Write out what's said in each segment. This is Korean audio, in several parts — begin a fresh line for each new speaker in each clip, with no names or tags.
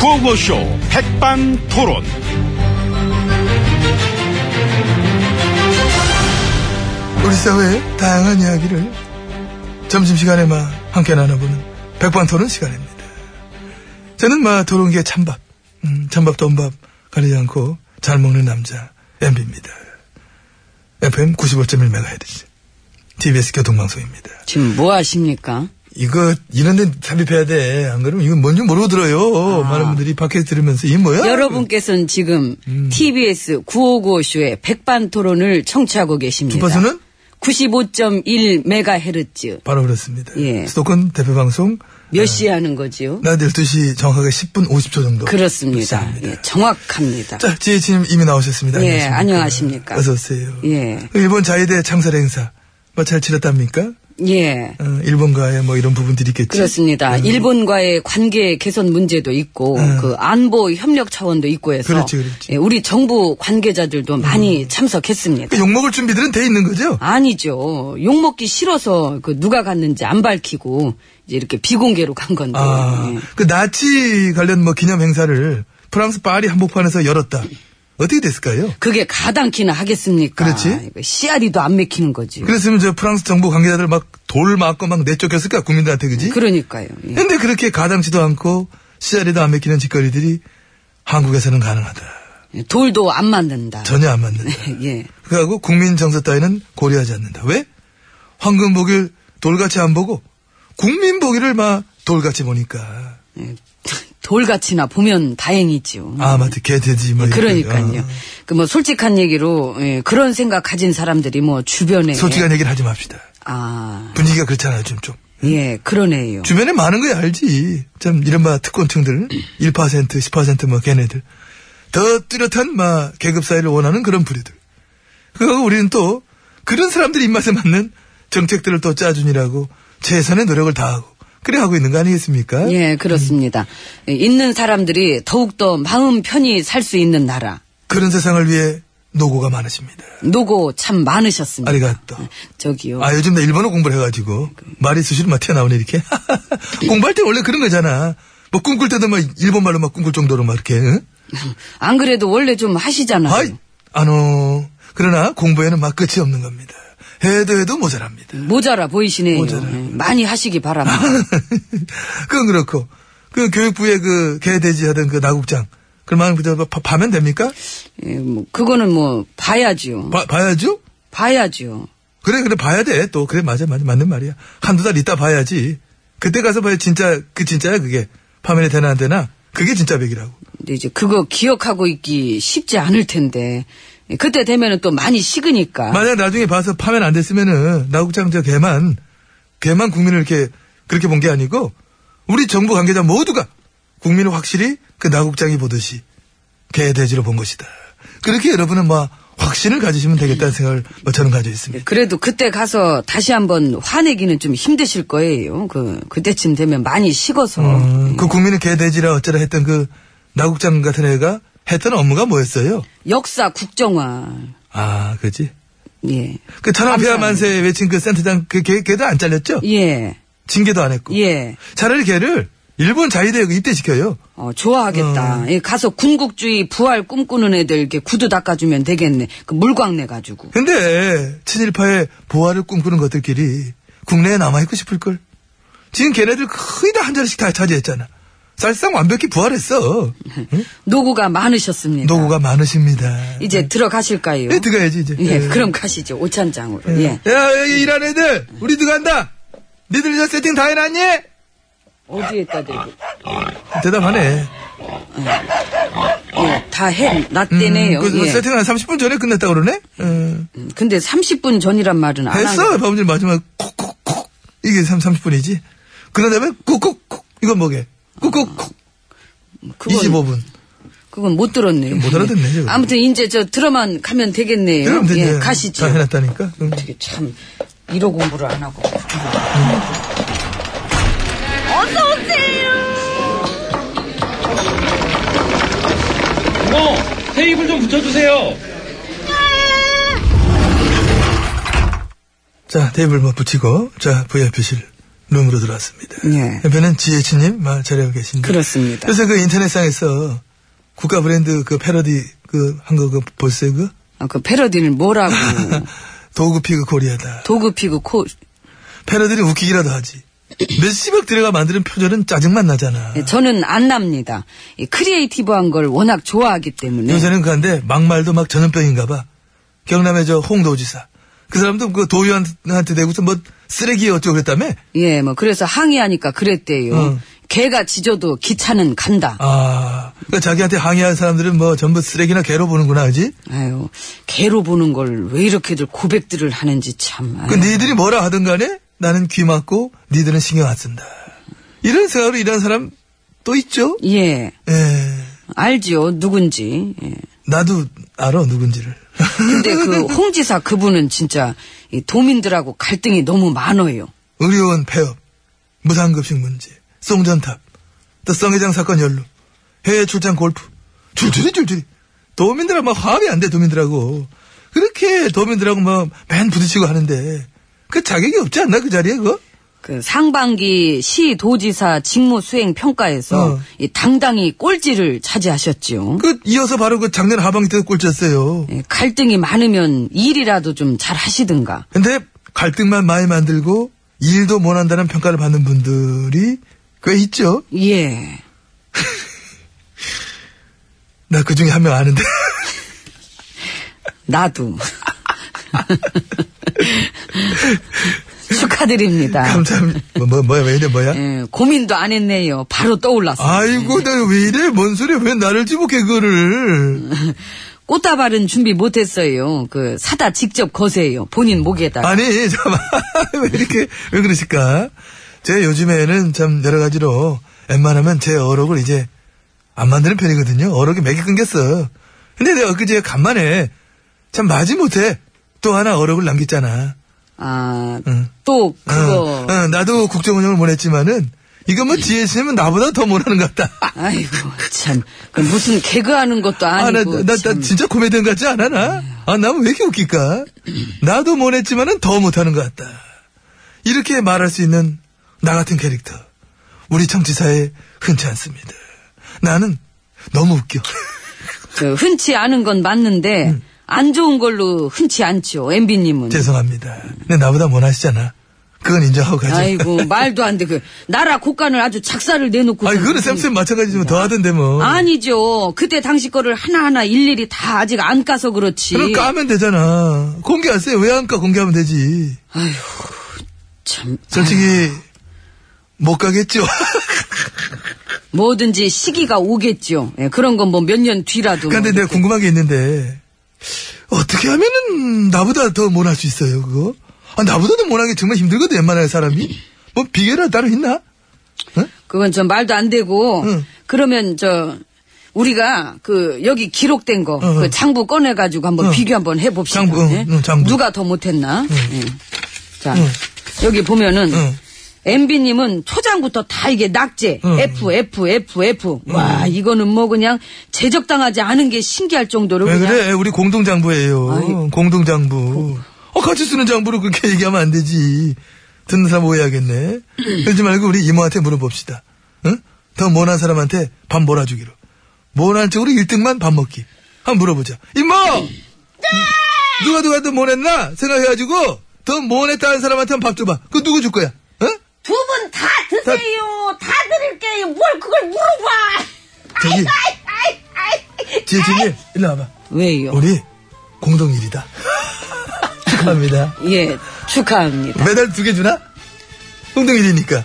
구호쇼 백반토론.
우리 사회의 다양한 이야기를 점심시간에만 함께 나눠보는 백반토론 시간입니다. 저는 마 토론계 찬밥, 음, 찬밥도 엄밥 가리지 않고 잘 먹는 남자 MB입니다. FM 95.1MHz TBS 교통방송입니다.
지금 뭐 하십니까?
이거 이런 데 삽입해야 돼. 안 그러면 이건 뭔지 모르고 들어요.
아.
많은 분들이 밖에서 들으면서 이 뭐야?
여러분께서는 지금
음.
TBS 9595쇼의 백반 토론을 청취하고 계십니다.
주파수는
95.1MHz.
바로 그렇습니다.
예.
수도권 대표 방송
몇 시에 하는 거지요?
낮 12시 정확하게 10분 50초 정도.
그렇습니다.
시작합니다.
예, 정확합니다.
자, 지혜진님 이미 나오셨습니다.
예, 안녕하십니까.
어서오세요. 그
예.
일본 자위대 창설 행사, 뭐 잘 치렀답니까?
예.
어, 일본과의 뭐 이런 부분들이 있겠지.
그렇습니다. 일본과의 관계 개선 문제도 있고
음.
그 안보 협력 차원도 있고 해서
그렇지, 그렇지.
예, 우리 정부 관계자들도 많이 참석했습니다.
그 욕먹을 준비들은 돼 있는 거죠?
아니죠. 욕 먹기 싫어서 그 누가 갔는지 안 밝히고 이제 이렇게 비공개로 간 건데.
아,
예.
그 나치 관련 뭐 기념 행사를 프랑스 파리 한복판에서 열었다. 어떻게 됐을까요?
그게 가당키나 하겠습니까?
그렇지.
이거 씨알이도 안 맥히는 거지.
그랬으면 저 프랑스 정부 관계자들 막 돌 맞고 막 내쫓겼을까, 국민들한테, 그지?
그러니까요. 예.
근데 그렇게 가당치도 않고 씨알이도 안 맥히는 짓거리들이 한국에서는 가능하다.
예, 돌도 안 맞는다.
전혀 안 맞는다.
예.
그하고 국민 정서 따위는 고려하지 않는다. 왜? 황금 보기를 돌같이 안 보고 국민 보기를 막 돌같이 보니까
예. 돌같이나 보면 다행이지요.
아 맞다 개돼지 뭐 이런
음. 그러니까요.
거.
그 뭐 솔직한 얘기로 예, 그런 생각 가진 사람들이 뭐 주변에
아, 솔직한 얘기를 하지 맙시다.
아,
분위기가 그렇잖아요 좀 좀.
예, 그러네요.
주변에 많은 거야 알지. 참 이른바 특권층들 1% 10%뭐 걔네들 더 뚜렷한 막 계급 사회를 원하는 그런 부류들. 그거 우리는 또 그런 사람들 입맛에 맞는 정책들을 또 짜주니라고 최선의 노력을 다하고 그래 하고 있는 거 아니겠습니까?
예, 그렇습니다. 예, 있는 사람들이 더욱더 마음 편히 살 수 있는 나라.
그런 세상을 위해 노고가 많으십니다.
노고 참 많으셨습니다.
아리가또.
저기요.
그 아, 요즘 나 일본어 공부를 해가지고, 말이 수시로 막 튀어나오네, 이렇게. 공부할 때 원래 그런 거잖아. 뭐 꿈꿀 때도 막 일본말로 막 꿈꿀 정도로 막 이렇게, 응?
안 그래도 원래 좀 하시잖아요.
아이, 아노. 그러나 공부에는 막 끝이 없는 겁니다. 해도 해도 모자랍니다.
모자라 보이시네요.
모자라.
예, 많이 하시기 바랍니다.
그건 그렇고. 그 교육부의 그 개돼지 하던 그 나국장. 그만 그저 봐- 봐면 됩니까?
예, 뭐 그거는 뭐 봐야지요.
봐, 봐야죠?
봐야지요.
그래 그래 봐야 돼 또 그래 맞아 맞아 맞는 말이야 한두 달 있다 봐야지 그때 가서 봐야 진짜 그 진짜야 그게 파면이 되나 안 되나 그게 진짜 백이라고
근데 이제 그거 기억하고 있기 쉽지 않을 텐데 예, 그때 되면은 또 많이 식으니까.
만약 나중에 봐서 파면 안 됐으면은 나국장 저 걔만 걔만 국민을 이렇게 그렇게 본 게 아니고 우리 정부 관계자 모두가 국민을 확실히 그 나국장이 보듯이 개돼지로 본 것이다 그렇게 여러분은 뭐 확신을 가지시면 되겠다는 생각을 뭐 저는 가지고 있습니다
예, 그래도 그때 가서 다시 한번 화내기는 좀 힘드실 거예요. 그 그때쯤 되면 많이 식어서. 예,
음, 그 국민을 개돼지라 어쩌라 했던 그 나국장 같은 애가 했던 업무가 뭐였어요?
역사 국정화.
아, 그지?
예.
그 천하폐하
감사합니다.
만세 외친 그 센터장 그 걔, 걔도 안 잘렸죠?
예.
징계도 안 했고.
예.
차라리 걔를 일본 자위대에 입대시켜요.
어,
음.
좋아하겠다. 예, 가서 군국주의 부활 꿈꾸는 애들 이렇게 구두 닦아주면 되겠네. 그 물광내 가지고.
근데 친일파의 보화를 꿈꾸는 것들끼리 국내에 남아있고 싶을걸. 지금 걔네들 거의 다 한 자리씩 다 차지했잖아. 사실상 완벽히 부활했어. 응?
노고가 많으셨습니다.
노고가 많으십니다.
이제 들어가실까요?
네, 들어가야지, 이제.
예,
네.
그럼 가시죠. 오찬장으로. 예.
야, 여기 일하는 애들, 우리 들어간다! 니들 이제 세팅 다 해놨니?
어디에다 대고.
대답하네.
예, 다 해. 낫대네요.
그, 그
예.
세팅은 한 30분 전에 끝냈다 그러네? 음,
음, 근데 30분 전이란 말은 안
했어.
하고.
바보질 마지막 콕콕콕. 이게 3, 30분이지. 그런 다음에 콕콕콕. 이건 뭐게? 콕콕콕.
아, 그건-
25분.
그건 못 들었네요.
못 알아듣네,
예.
지금.
아무튼 이제 저 들어만 가면 되겠네요.
그럼 되지.
예, 가시죠.
다 해놨다니까. 음. 응.
어떻게 참 이러 공부를 안 하고.
뭐 테이블 좀 붙여주세요.
자, 테이블 뭐 붙이고, 자, VIP실 룸으로 들어왔습니다.
예.
옆에는 지혜치님 막 자리하고 계신데.
그렇죠. 그렇습니다.
요새 그 인터넷상에서 국가 브랜드 그 패러디 그 한 거 그 벌써 그
아, 그 패러디를 뭐라고.
도구피그 코리아다.
도그피그 코,
패러디를 웃기기라도 하지. 몇십억 들여가 만드는 표절은 짜증만 나잖아.
예, 저는 안 납니다. 이 크리에이티브한 걸 워낙 좋아하기 때문에.
요새는 그한데 막말도 막 전염병인가 봐. 경남의 저 홍도지사. 그 사람도 그 도의원한테 대고서 뭐 쓰레기 어쩌고 그랬다며?
예, 뭐, 그래서 항의하니까 그랬대요.
응.
개가 짖어도 기차는 간다.
아, 그러니까 자기한테 항의한 사람들은 뭐 전부 쓰레기나 개로 보는구나, 그지?
아유, 개로 보는 걸 왜 이렇게들 고백들을 하는지 참. 아유.
그 니들이 뭐라 하든 간에 나는 귀 막고 니들은 신경 안 쓴다. 이런 생각으로 일하는 사람 또 있죠?
예,
예,
알지요, 누군지. 예.
나도 알아, 누군지를.
근데 그 홍지사 그분은 진짜 이 도민들하고 갈등이 너무 많아요.
의료원 폐업, 무상급식 문제, 송전탑, 또 성회장 사건 연루, 해외 출장 골프, 줄줄이 줄줄이. 도민들하고 막 화합이 안 돼, 도민들하고. 그렇게 도민들하고 막 맨 부딪히고 하는데, 그 자격이 없지 않나, 그 자리에, 그거?
그 상반기 시도지사 직무 수행 평가에서
어.
이 당당히 꼴찌를 차지하셨지요.
그, 이어서 바로 그 작년 하반기 때도 꼴찌였어요.
예, 갈등이 많으면 일이라도 좀 잘 하시든가.
근데 갈등만 많이 만들고, 일도 못 한다는 평가를 받는 분들이 꽤 있죠?
예.
나 그 중에 한 명 아는데.
나도. 축하드립니다.
감사합니다. 뭐, 뭐, 뭐야, 왜 이래, 뭐야?
아. 예, 고민도 안 했네요. 바로 떠올랐어요. 예.
아이고, 나 왜 이래? 뭔 소리야? 왜 나를 지목해, 그거를.
꽃다발은 준비 못했어요. 그 사다 직접 거세요. 본인 목에다. 가
아니, 잠깐만. 왜 이렇게, 왜 그러실까? 제 요즘에는 참 여러 가지로 웬만하면 제 어록을 이제 안 만드는 편이거든요. 어록이 맥이 끊겼어. 근데 내가 엊그제 간만에 참 마지 못해. 또 하나 어록을 남겼잖아.
아,
응.
또
어,
그거.
어, 나도 국정운영을 못했지만은 이거 뭐 지혜 씨는 나보다 더 못하는 것 같다.
아이고 참. 그 무슨 개그하는 것도
아, 나,
아니고.
나, 나
참.
진짜 코미디언 같지 않아, 나? 아, 나는 왜 이렇게 웃길까? 나도 못했지만은 더 못하는 것 같다. 이렇게 말할 수 있는 나 같은 캐릭터. 우리 청취사에 흔치 않습니다. 나는 너무 웃겨.
그 흔치 않은 건 맞는데 안 좋은 걸로 흔치 않죠. 엠비님은.
죄송합니다. 근데 나보다 못하시잖아. 그건 인정하고 가자.
아이고 말도 안 돼. 그 나라 국간을 아주 작사를 내놓고.
아이, 그거는 쌤쌤 마찬가지지만 더 하던데, 뭐.
아니죠. 그때 당시 거를 하나하나 일일이 다 아직 안 까서 그렇지.
그럼 까면 되잖아. 공개하세요. 왜 안 까? 공개하면 되지.
참
솔직히, 못 가겠죠.
뭐든지 시기가 오겠죠. 예, 그런 건 뭐 몇 년 뒤라도. 뭐
그러니까 근데 내가
이렇게.
궁금한 게 있는데 어떻게 하면은 나보다 더 못할 수 있어요 그거? 아 나보다 더 못한 게 정말 힘들거든 웬만한 사람이 뭐 비결이 따로 있나?
그건 좀 말도 안 되고.
응.
그러면 저 우리가 그 여기 기록된 거
응,
그
응.
장부 꺼내 가지고 한번
응.
비교 한번 해 봅시다. 네.
장부, 응, 응, 장부.
누가 더 못했나? 예. 자
응.
여기 보면은.
응.
MB님은 초장부터 다 이게 낙제.
응.
F, F, F, F. 와, 이거는 뭐 그냥 제적당하지 않은 게 신기할 정도로
왜
그냥.
그래 우리 공동장부예요
아이.
공동장부 어, 같이 쓰는 장부로 그렇게 얘기하면 안 되지 듣는 사람 오해하겠네 그러지 말고 우리 이모한테 물어봅시다 응? 더 못한 사람한테 밥 몰아주기로 못한 쪽으로 1등만 밥 먹기 한번 물어보자 이모 누가 누가 더 못했나 생각해가지고 더 못했다는 사람한테 밥 줘봐 그 누구 줄 거야 어?
두 분 다 드세요. 다, 드릴게요. 뭘 그걸 물어봐.
저기
아이, 아이, 아이.
지혜진이 일로 와봐
왜요?
우리 공동일이다 축하합니다
예, 축하합니다.
메달 두 개 주나? 홍동일이니까.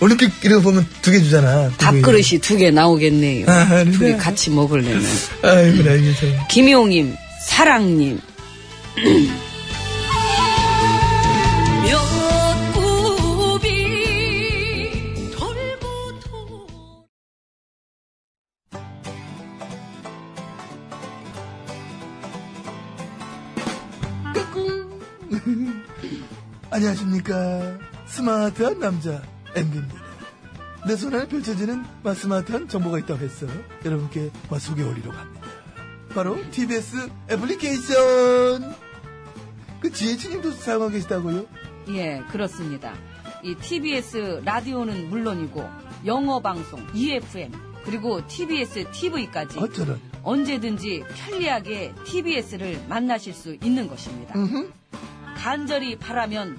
올림픽 이런 거 보면 두 개 주잖아. 두 분이.
밥그릇이 두 개 나오겠네요.
아, 그래요?
둘이 같이 먹을래면.
아이고, 나 이게 참.
김용임, 사랑님.
안녕하십니까. 스마트한 남자, MB입니다. 내 손안에 펼쳐지는 마- 스마트한 정보가 있다고 해서 여러분께 마- 소개해드리러 갑니다. 바로 TBS 애플리케이션. 그 지혜진님도 사용하고 계시다고요?
예, 그렇습니다. 이 TBS 라디오는 물론이고 영어 방송, EFM, 그리고 TBS TV까지
어쩌면.
언제든지 편리하게 TBS를 만나실 수 있는 것입니다. 간절히 바라면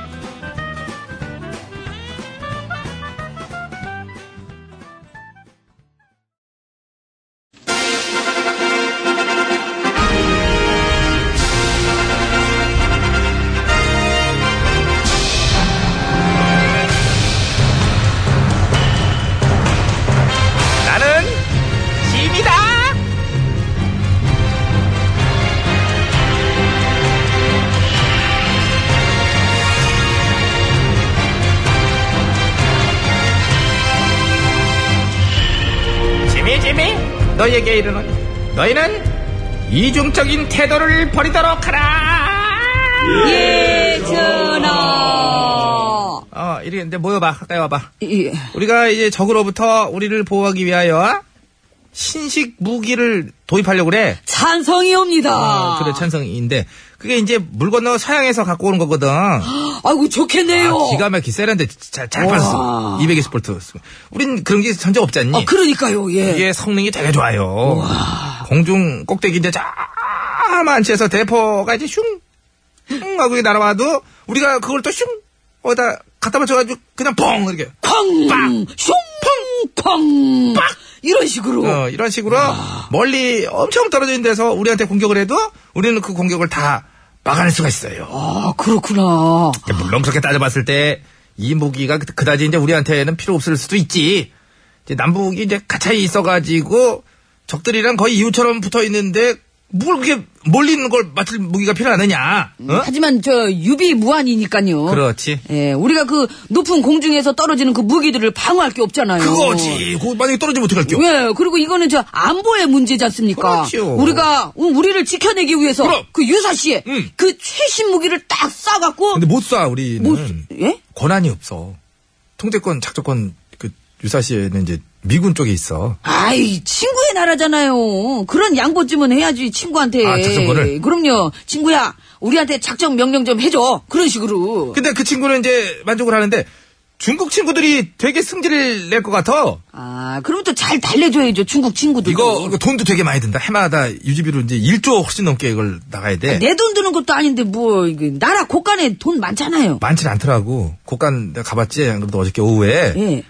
나는 짐이다. 짐이 짐이 너에게 이르노니 너희는 이중적인 태도를 버리도록 하라.
예, 전하.
어, 이리 근데 모여봐. 가까이 와봐.
예,
우리가 이제 적으로부터 우리를 보호하기 위하여 신식 무기를 도입하려고 그래.
찬성이옵니다.
어, 그래 찬성인데 그게 이제 물 건너 서양에서 갖고 오는 거거든.
아이고 좋겠네요.
아, 기가 막히게 세련돼 잘, 잘
우와.
팔았어. 200에 스포트. 우린 그런 게 전혀 없지 않니?
아, 그러니까요. 예.
이게 성능이 되게 좋아요. 공중 꼭대기 이제 자만치에서 대포가 이제 슝, 슝 하고 이렇게 날아와도 우리가 그걸 또 슝, 어디다 갖다 맞춰가지고 그냥 뻥 이렇게
쾅! 슝! 쾅! 이런 식으로.
어, 이런 식으로 멀리 엄청 떨어진 데서 우리한테 공격을 해도 우리는 그 공격을 다 막아낼 수가 있어요.
아, 그렇구나.
근데 물론 그렇게 따져봤을 때 이 무기가 그- 그다지 이제 우리한테는 필요 없을 수도 있지. 이제 남북이 이제 가차이 있어가지고 적들이랑 거의 이웃처럼 붙어 있는데 뭘 그렇게 멀리 있는 걸 맞출 무기가 필요하느냐? 어?
하지만 저 유비 무한이니까요.
그렇지.
예, 우리가 그 높은 공중에서 떨어지는 그 무기들을 방어할 게 없잖아요.
그거지. 그거 만약에 떨어지면 어떡할게요?
예, 그리고 이거는 저 안보의 문제지 않습니까?
그렇죠.
우리가 우- 우리를 지켜내기 위해서
그럼.
그 유사시에
음.
그 최신 무기를 딱 쏴갖고
근데 못 쏴, 우리는.
뭐, 예?
권한이 없어. 통제권, 작전권, 그, 유사시에는 이제 미군 쪽에 있어.
아이 친구의 나라잖아요. 그런 양보쯤은 해야지 친구한테.
아, 작전권을?
그럼요, 친구야. 우리한테 작전 명령 좀 해줘. 그런 식으로.
근데 그 친구는 이제 만족을 하는데 중국 친구들이 되게 승질을 낼 것 같아.
아, 그럼 또 잘 달래줘야죠 중국 친구들.
이거, 이거 돈도 되게 많이 든다. 해마다 유지비로 이제 1조 훨씬 넘게 이걸 나가야 돼.
내 돈 드는 것도 아닌데 뭐 이거 나라 곳간에 돈 많잖아요.
많진 않더라고. 곳간 내가 가봤지. 안 그래도 어저께 오후에
예.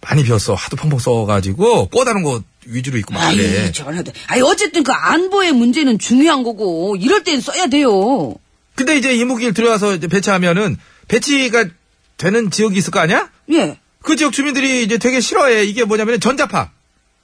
많이 비었어. 하도 펑펑 써가지고 꼬다른 거 위주로 입고 막 그래.
아이 전화도. 아이 어쨌든 그 안보의 문제는 중요한 거고 이럴 땐 써야 돼요.
근데 이제 이 무기를 들여와서 이제 배치하면은 배치가 되는 지역이 있을 거 아니야?
예.
그 지역 주민들이 이제 되게 싫어해. 이게 뭐냐면 전자파.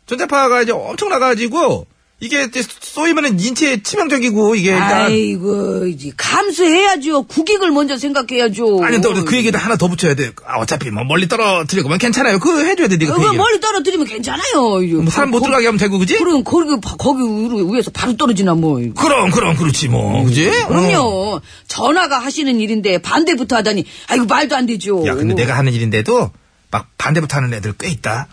전자파가 이제 엄청 나가지고 이게 이제 쏘이면은 인체에 치명적이고 이게 일단
아이고 이제 감수해야죠. 국익을 먼저 생각해야죠.
아니 또그 얘기도 하나 더 붙여야 돼. 아, 어차피 뭐 멀리 떨어뜨리고만 괜찮아요. 그거 해줘야 돼. 네가 그
그
얘기를.
멀리 떨어뜨리면 괜찮아요. 이거.
뭐 사람 못
거-
들어가게 하면 되고 그지?
그럼 거기 바- 거기 위로- 위에서 바로 떨어지나 뭐. 이거.
그럼 그럼 그렇지 뭐 그지? 어.
그럼요. 전화가 하시는 일인데 반대부터 하다니 아이고 말도 안 되죠.
야 근데 내가 하는 일인데도 막 반대부터 하는 애들 꽤 있다.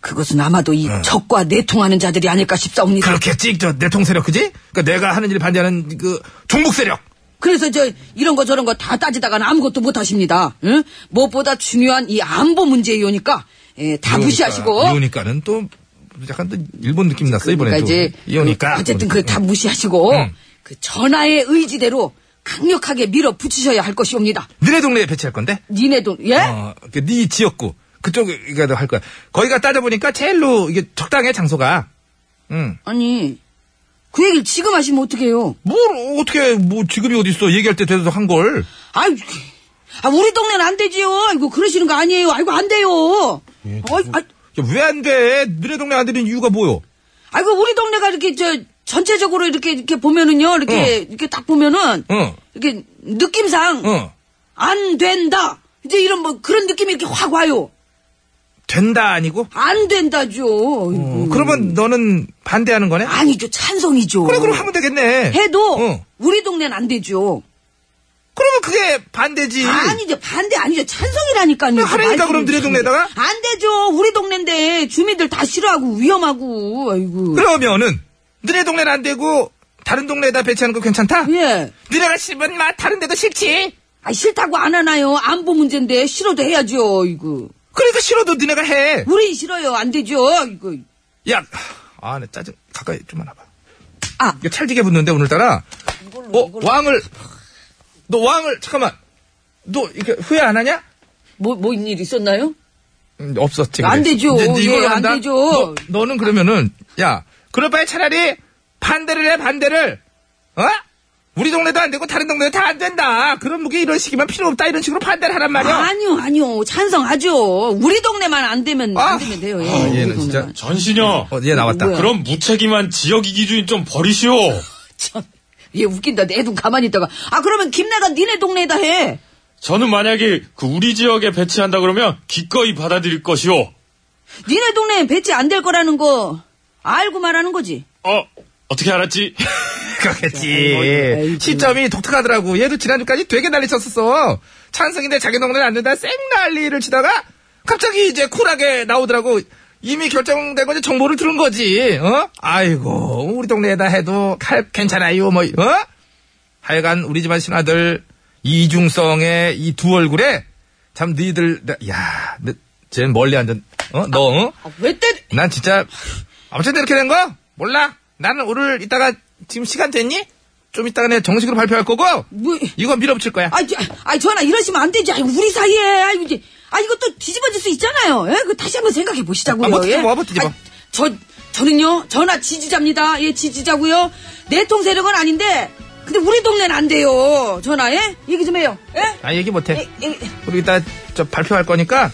그것은 아마도 이
어.
적과 내통하는 자들이 아닐까
네.
싶사옵니다.
그렇겠지. 저 내통 세력 그지? 그러니까 내가 하는 일을 반대하는 그 종북 세력.
그래서 저 이런 거 저런 거 다 따지다가는 아무것도 못 하십니다. 응? 무엇보다 중요한 이 안보 문제이오니까 예, 다 무시하시고
이오니까는 또 약간 또 일본 느낌 났어 이번에
그러니까
또.
이제
이오니까. 그러니까. 음.
어쨌든 그 다 무시하시고
응.
그 전하의 의지대로 강력하게 밀어붙이셔야 할 것이옵니다.
너네 동네에 배치할 건데?
니네도 예?
어, 그네 지역구 그쪽에 가도 할 거야. 거기가 따져보니까 제일로 이게 적당해 장소가. 응.
아니 그 얘기를 지금 하시면 어떡해요?
뭘 어떻게 뭐 지급이 어디 있어 얘기할 때 돼서 한 걸.
아유, 아 우리 동네는 안 되지요. 아이고 그러시는 거 아니에요. 아이고 안 돼요.
예,
어이, 아,
왜 안 돼? 너네 동네 안 되는 이유가 뭐요?
아이고 우리 동네가 이렇게 저 전체적으로 이렇게 이렇게 보면은요 이렇게
어.
이렇게 딱 보면은
어.
이렇게 느낌상
어.
안 된다 이제 이런 뭐 그런 느낌이 이렇게 확 와요.
된다 아니고?
안 된다죠.
어,
아이고.
그러면 너는 반대하는 거네?
음. 아니죠. 찬성이죠.
그래, 그럼 하면 되겠네.
해도
어.
우리 동네는 안 되죠.
그러면 그게 반대지.
아니죠. 반대 아니죠. 찬성이라니까요.
하라니까, 그러니까 그럼 너네 동네에다가?
안 되죠. 우리 동네인데 주민들 다 싫어하고 위험하고. 아이고.
그러면은, 너네 동네는 안 되고, 다른 동네에다 배치하는 거 괜찮다?
예.
너네가 싫으면 막 다른 데도 싫지?
아 싫다고 안 하나요? 안보 문제인데 싫어도 해야죠. 이거.
그러니까 싫어도 너네가 해.
우리 싫어요. 안 되죠. 이거.
야, 아, 나 짜증, 가까이 좀 와봐.
아.
이거 찰지게 붙는데, 오늘따라. 어, 왕을, 너 왕을, 잠깐만. 너, 이렇게 후회 안 하냐?
뭐 뭐 일 있었나요?
음, 없어, 지금.
안 되죠.
이제 네 이걸로
예, 안
한다?
되죠.
너, 는 그러면은, 야, 그럴 바에 차라리 반대를 해, 반대를. 어? 우리 동네도 안 되고 다른 동네도 다 안 된다. 그런 무게 이런 식이면 필요 없다. 이런 식으로 반대를 하란 말이야.
아니요, 아니요. 찬성하죠. 우리 동네만 안 되면
아.
안 되면 돼요. 예.
아,
우리
얘는 진짜
동네만.
전신여.
어, 얘 나왔다.
뭐야?
그럼 무책임한 지역 이기주의 좀 버리시오.
참, 얘 웃긴다. 내 눈 가만히 있다가 아 그러면 김내가 니네 동네에다 해.
저는 만약에 그 우리 지역에 배치한다 그러면 기꺼이 받아들일 것이오.
니네 동네에 배치 안 될 거라는 거 알고 말하는 거지.
어, 어떻게 알았지?
그렇겠지. 시점이 독특하더라고. 얘도 지난주까지 되게 난리 쳤었어. 찬성인데 자기 동네는 안 된다. 쌩 난리를 치다가 갑자기 이제 쿨하게 나오더라고. 이미 결정된 거지 정보를 들은 거지. 어? 아이고 우리 동네에다 해도 칼 괜찮아요. 뭐 어? 하여간 우리 집안 신하들 이중성의 이 두 얼굴에 참 니들 야쟤 멀리 앉은 어너 어?
아, 왜 때?
난 진짜 아무튼 이렇게 된 거? 몰라. 나는 오늘 이따가 지금 시간 됐니? 좀 이따가 내 정식으로 발표할 거고
뭐?
이건 밀어붙일 거야.
아, 저, 아, 전화 이러시면 안 되지. 아, 우리 사이에. 아, 이제, 아, 이거 또 뒤집어질 수 있잖아요. 예, 그 다시 한번 생각해 보시자고요.
아, 뭐 뒤집어,
예?
뭐 뒤집어.
아, 저, 저는요, 전화 지지자입니다. 예, 지지자고요. 내통 세력은 아닌데, 근데 우리 동네는 안 돼요. 전화, 예? 얘기 좀 해요. 예?
아 얘기 못해.
예, 예,
우리 이따 저 발표할 거니까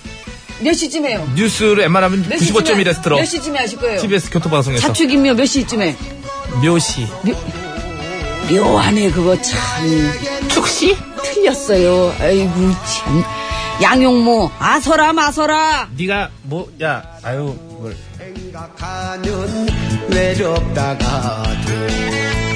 몇 시쯤 해요?
뉴스를 웬만하면
몇 시쯤에-
95.1에서 들어.
몇 시쯤에 하실 거예요?
TBS 교통방송에서.
자축이며 몇 시쯤에?
묘시.
묘하네 그거 참 축시? 틀렸어요 아이고 참 양용모 아서라 마서라
네가 뭐 야 아유 뭘.
생각하는 외롭다가도